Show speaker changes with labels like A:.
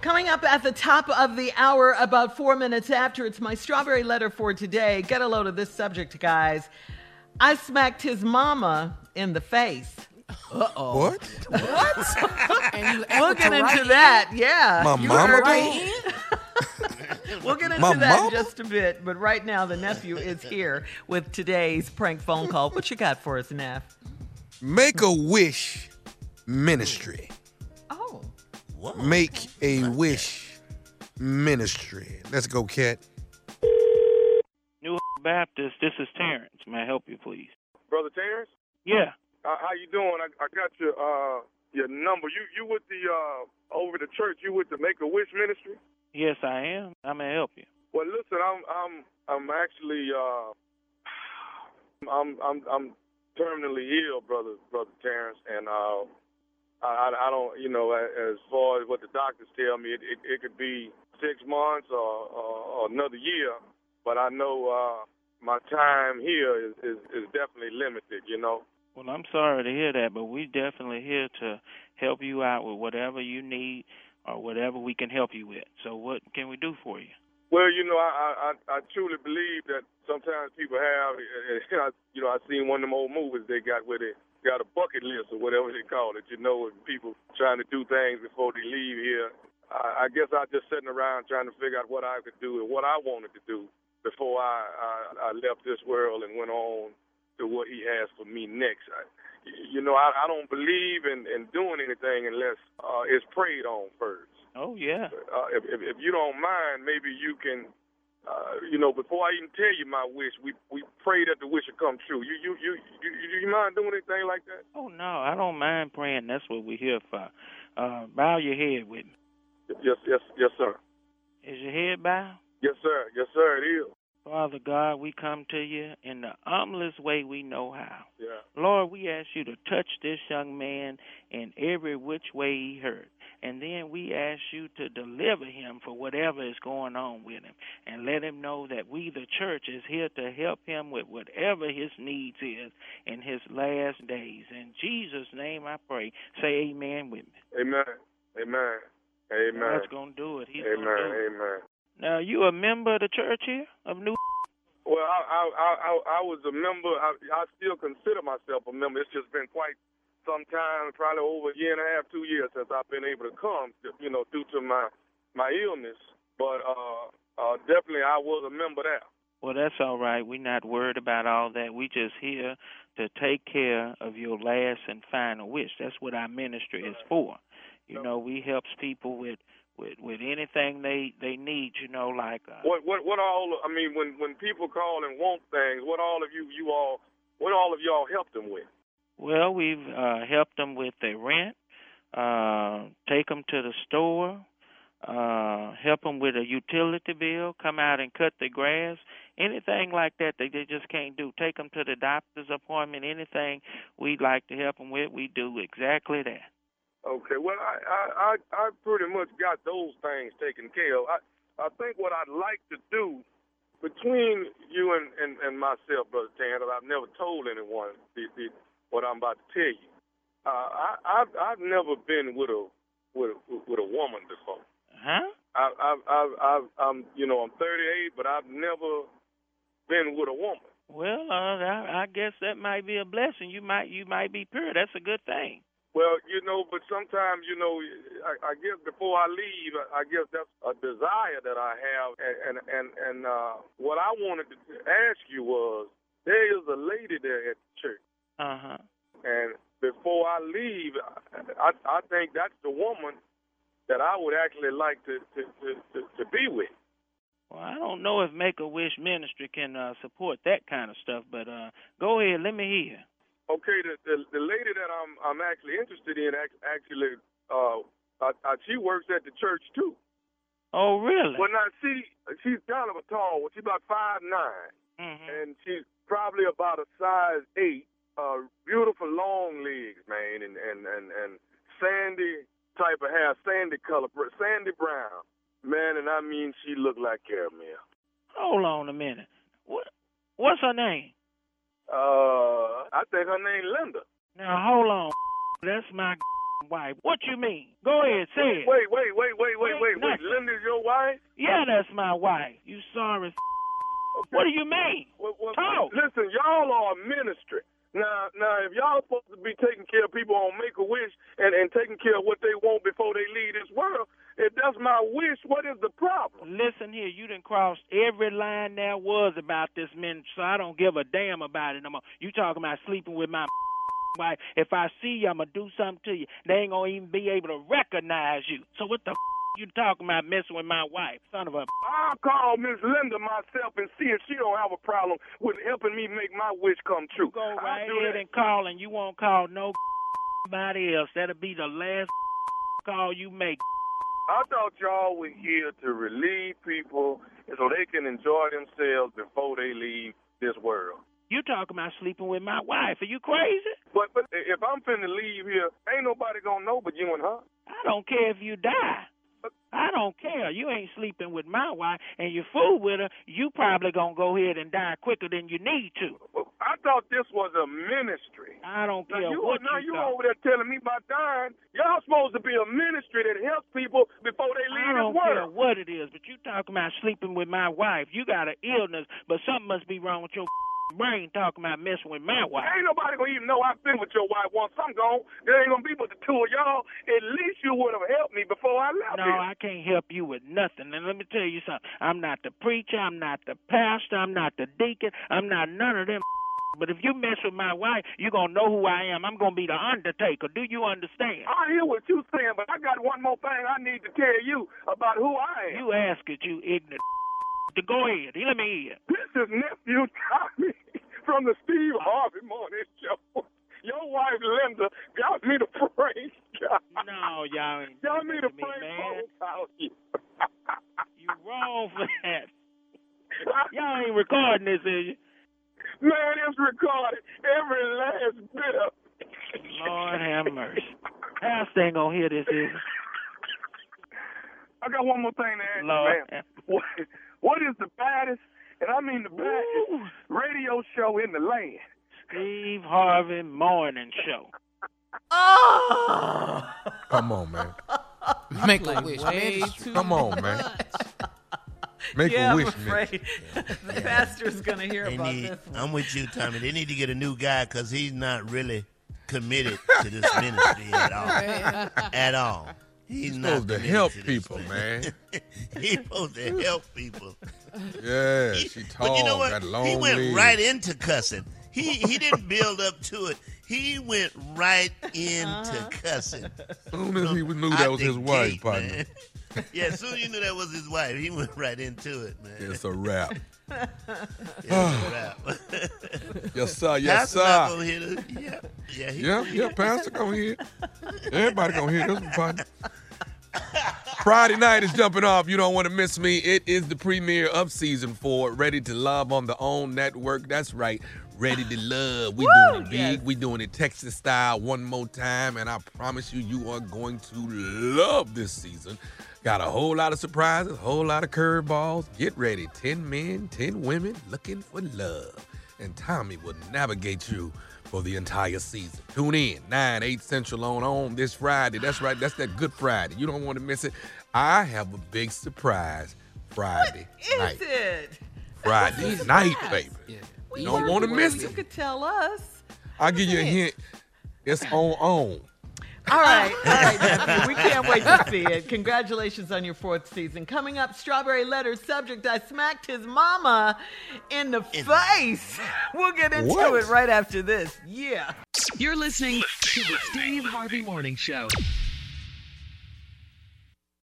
A: Coming up at the top of the hour, about four minutes after, it's my strawberry letter for today. Get a load of this subject, guys. I smacked his mama in the face.
B: What?
C: And you
A: We'll get into that. Yeah.
B: My
A: You
B: mama
A: heard
B: did?
A: me. We'll get into
B: My
A: that
B: mama?
A: in just a bit. But right now, the nephew is here with today's prank phone call. What you got for us, Neff?
B: Make a wish ministry.
A: Oh.
B: Make a wish ministry. Let's go, Cat.
D: New Baptist, this is Terrence. May I help you, please?
E: Brother Terrence,
D: Yeah.
E: uh, how you doing? I, I got your uh, your number. You you with the uh, over the church? You with the Make a Wish Ministry?
D: Yes, I am. I may help you.
E: Well, listen, I'm I'm I'm actually uh, I'm I'm I'm terminally ill, brother brother Terrence, and uh, I I I don't you know a- as far as what the doctors tell me, it it, it could be six months or, or, or another year, but I know uh, my time here is, is is definitely limited, you know.
D: Well, I'm sorry to hear that, but we're definitely here to help you out with whatever you need or whatever we can help you with. So, what can we do for you?
E: Well, you know, I I, I I truly believe that sometimes people have, and I, you know, I seen one of them old movies they got where they got a bucket list or whatever they call it. You know, with people trying to do things before they leave here. I, I guess I just sitting around trying to figure out what I could do and what I wanted to do before I I, I left this world and went on to what He has for me next. I, you know, I, I don't believe in, in doing anything unless uh, it's prayed on first
D: Oh, yeah.
E: uh, if, if if you don't mind, maybe you can, uh, you know, before I even tell you my wish, we we pray that the wish will come true. You you you you, you, you mind doing anything like that?
D: Oh, no, I don't mind praying. That's what we're here for. Uh, bow your head with me.
E: Yes yes yes sir.
D: Is your head bowed?
E: Yes sir yes sir it is.
D: Father God, we come to you in the humblest way we know how.
E: Yeah.
D: Lord, we ask you to touch this young man in every which way he hurt. And then we ask you to deliver him for whatever is going on with him. And let him know that we, the church, is here to help him with whatever his needs is in his last days. In Jesus' name I pray. Say amen with me.
E: Amen amen amen
D: God's going to do it. He's
E: amen
D: going to do it.
E: amen.
D: Now, you a member of the church here of New
E: Well, I I I, I, I was a member. I, I still consider myself a member. It's just been quite some time, probably over a year and a half, two years since I've been able to come. You know, due to my my illness. But uh, uh, definitely, I was a member there.
D: Well, that's all right. We're not worried about all that. We just here to take care of your last and final wish. That's what our ministry is for. You know, we helps people with with with anything they they need. You know, like uh,
E: What what what all? I mean, when when people call and want things, what all of you you all what all of y'all helped them with?
D: well, we've uh, helped them with their rent, uh, take them to the store, uh, help them with a utility bill, come out and cut the grass, anything like that that they just can't do. Take them to the doctor's appointment. Anything we'd like to help them with, we do exactly that.
E: Okay, well, I I I, I pretty much got those things taken care of. I I think what I'd like to do between you and and, and myself, brother Tan, that I've never told anyone the, the, what I'm about to tell you. Uh, I I've, I've never been with a with a, with a woman before.
D: Huh?
E: I I've, I've I've I'm you know I'm 38, but I've never been with a woman.
D: Well, uh, I, I guess that might be a blessing. You might you might be pure. That's a good thing.
E: Well, you know, but sometimes, you know, I, I guess before I leave, I- I guess that's a desire that I have, and and and, and uh, what I wanted to ask you was, there is a lady there at the church,
D: Uh huh.
E: and before I leave, I I think that's the woman that I would actually like to to to, to, to be with.
D: Well, I don't know if Make a Wish Ministry can uh, support that kind of stuff, but uh, go ahead. Let me hear.
E: Okay, the the, the lady that I'm I'm actually interested in act- actually, uh, I, I, she works at the church too.
D: Oh, really?
E: Well, now she she's kind of a tall one. She's about five nine,
D: hmm
E: and she's probably about a size eight. Uh, beautiful long legs, man, and and and and sandy type of hair, sandy color, br- sandy brown, man. And I mean, she looked like caramel.
D: Hold on a minute. What? What's her name?
E: Uh, I think her name Linda.
D: Now hold on. That's my wife. What you mean? Go ahead, say it.
E: Wait, wait, wait, wait, wait, wait, wait.
D: nothing.
E: Linda's your wife?
D: Yeah, that's my wife. You sorry. s- What do you mean?
E: Well, well,
D: Talk.
E: Listen, y'all are a ministry. Now, now, if y'all supposed to be taking care of people on Make a Wish and and taking care of what they want before they leave this world, if that's my wish, what is the problem?
D: Listen here, you done crossed every line there was about this ministry, so I don't give a damn about it no more. You talking about sleeping with my wife. If I see you, I'm going to do something to you. They ain't going to even be able to recognize you. So what the you talking about messing with my wife? Son of a
E: I'll call Miss Linda myself and see if she don't have a problem with helping me make my wish come true.
D: go
E: I'll
D: right
E: do
D: ahead
E: that.
D: and call, and you won't call nobody else. That'll be the last call you make.
E: I thought y'all were here to relieve people so they can enjoy themselves before they leave this world.
D: You talking about sleeping with my wife? Are you crazy?
E: But but if I'm finna leave here, ain't nobody gonna know but you and her.
D: I don't care if you die. I don't care. You ain't sleeping with my wife, and you fool with her. You probably gonna go ahead and die quicker than you need to.
E: Well, I thought this was a ministry.
D: I don't
E: Now
D: care
E: you
D: what
E: now
D: you
E: you
D: thought.
E: over there telling me about dying. Y'all supposed to be a ministry that helps people before they
D: I
E: leave
D: don't
E: this
D: care
E: world.
D: what it is, but you talking about sleeping with my wife. You got an illness, but something must be wrong with your brain talking about messing with my wife.
E: Ain't nobody gonna even know I've been with your wife once I'm gone. There ain't gonna be but the two of y'all. At least you would have helped me before I left
D: No,
E: here.
D: I can't help you with nothing. And let me tell you something. I'm not the preacher. I'm not the pastor. I'm not the deacon. I'm not none of them. But if you mess with my wife, you're going to know who I am. I'm going to be the undertaker. Do you understand?
E: I hear what you saying, but I got one more thing I need to tell you about who I am.
D: You ask it, you ignorant. To go ahead. Let me hear.
E: This is nephew Tommy from the Steve Harvey Morning Show. Your wife Linda got me to prank.
D: No, y'all ain't.
E: got me
D: doing
E: to
D: that to me, man.
E: prank phone call you.
D: You wrong for that. Y'all ain't recording this, is you?
E: Man, it's recorded every last bit of. it.
D: Lord have mercy. Pastor ain't going to hear this, is
E: I got one more thing to ask
D: he?
E: you,
D: Lord
E: man.
D: have
E: What, what is the baddest, and I mean the baddest,
D: Ooh.
E: radio show in the land?
D: Steve Harvey Morning Show.
A: Oh,
B: Come on, man.
C: Make a wish.
A: way
C: Ministry.
A: too
B: Come on, man. Make
A: yeah,
B: a
A: I'm
B: wish, man.
A: afraid the pastor's going to hear
F: They
A: about
F: need,
A: this one.
F: I'm with you, Tommy. They need to get a new guy because he's not really committed to this ministry at all. at all. He's,
B: He's
F: not
B: supposed to
F: committed
B: help
F: this
B: people,
F: thing.
B: man.
F: he's supposed to help people.
B: Yeah, she tall,
F: but you know what?
B: got long
F: he went
B: legs.
F: right into cussing. He he didn't build up to it. He went right into
A: Uh-huh.
F: cussing.
B: soon as he knew
F: Out
B: that was
F: the
B: his wife,
F: gate,
B: partner.
F: man. yeah, as soon as you knew that was his wife, he went right into it, man.
B: It's a wrap.
F: It's a wrap.
B: Yes, sir. Yes,
F: That's not
B: sir.
F: gonna hit us. Yeah, yeah, he-
B: Yeah, yeah, Pastor gonna hear. it. Everybody gonna hear this one, partner. Friday night is jumping off. You don't want to miss me. It is the premiere of season four, Ready to Love on the OWN network. That's right, Ready to Love. We doing it big.
A: yes.
B: We doing it Texas style one more time, and I promise you, you are going to love this season. Got a whole lot of surprises, a whole lot of curveballs. Get ready. 10 men, 10 women looking for love. And Tommy will navigate you for the entire season. Tune in, 9, 8 Central on on this Friday. That's right, that's that Good Friday. You don't want to miss it. I have a big surprise Friday
A: Is
B: night.
A: it?
B: Friday night, baby.
A: We
B: You don't want to miss
A: You
B: it.
A: could tell us.
B: I'll give you a hint. It's on on.
A: All right, all right, nephew. We can't wait to see it. Congratulations on your fourth season. Coming up, Strawberry Letter subject I smacked his mama in the face. We'll get into
B: What?
A: it right after this. Yeah.
G: You're listening to the Steve Harvey Morning Show.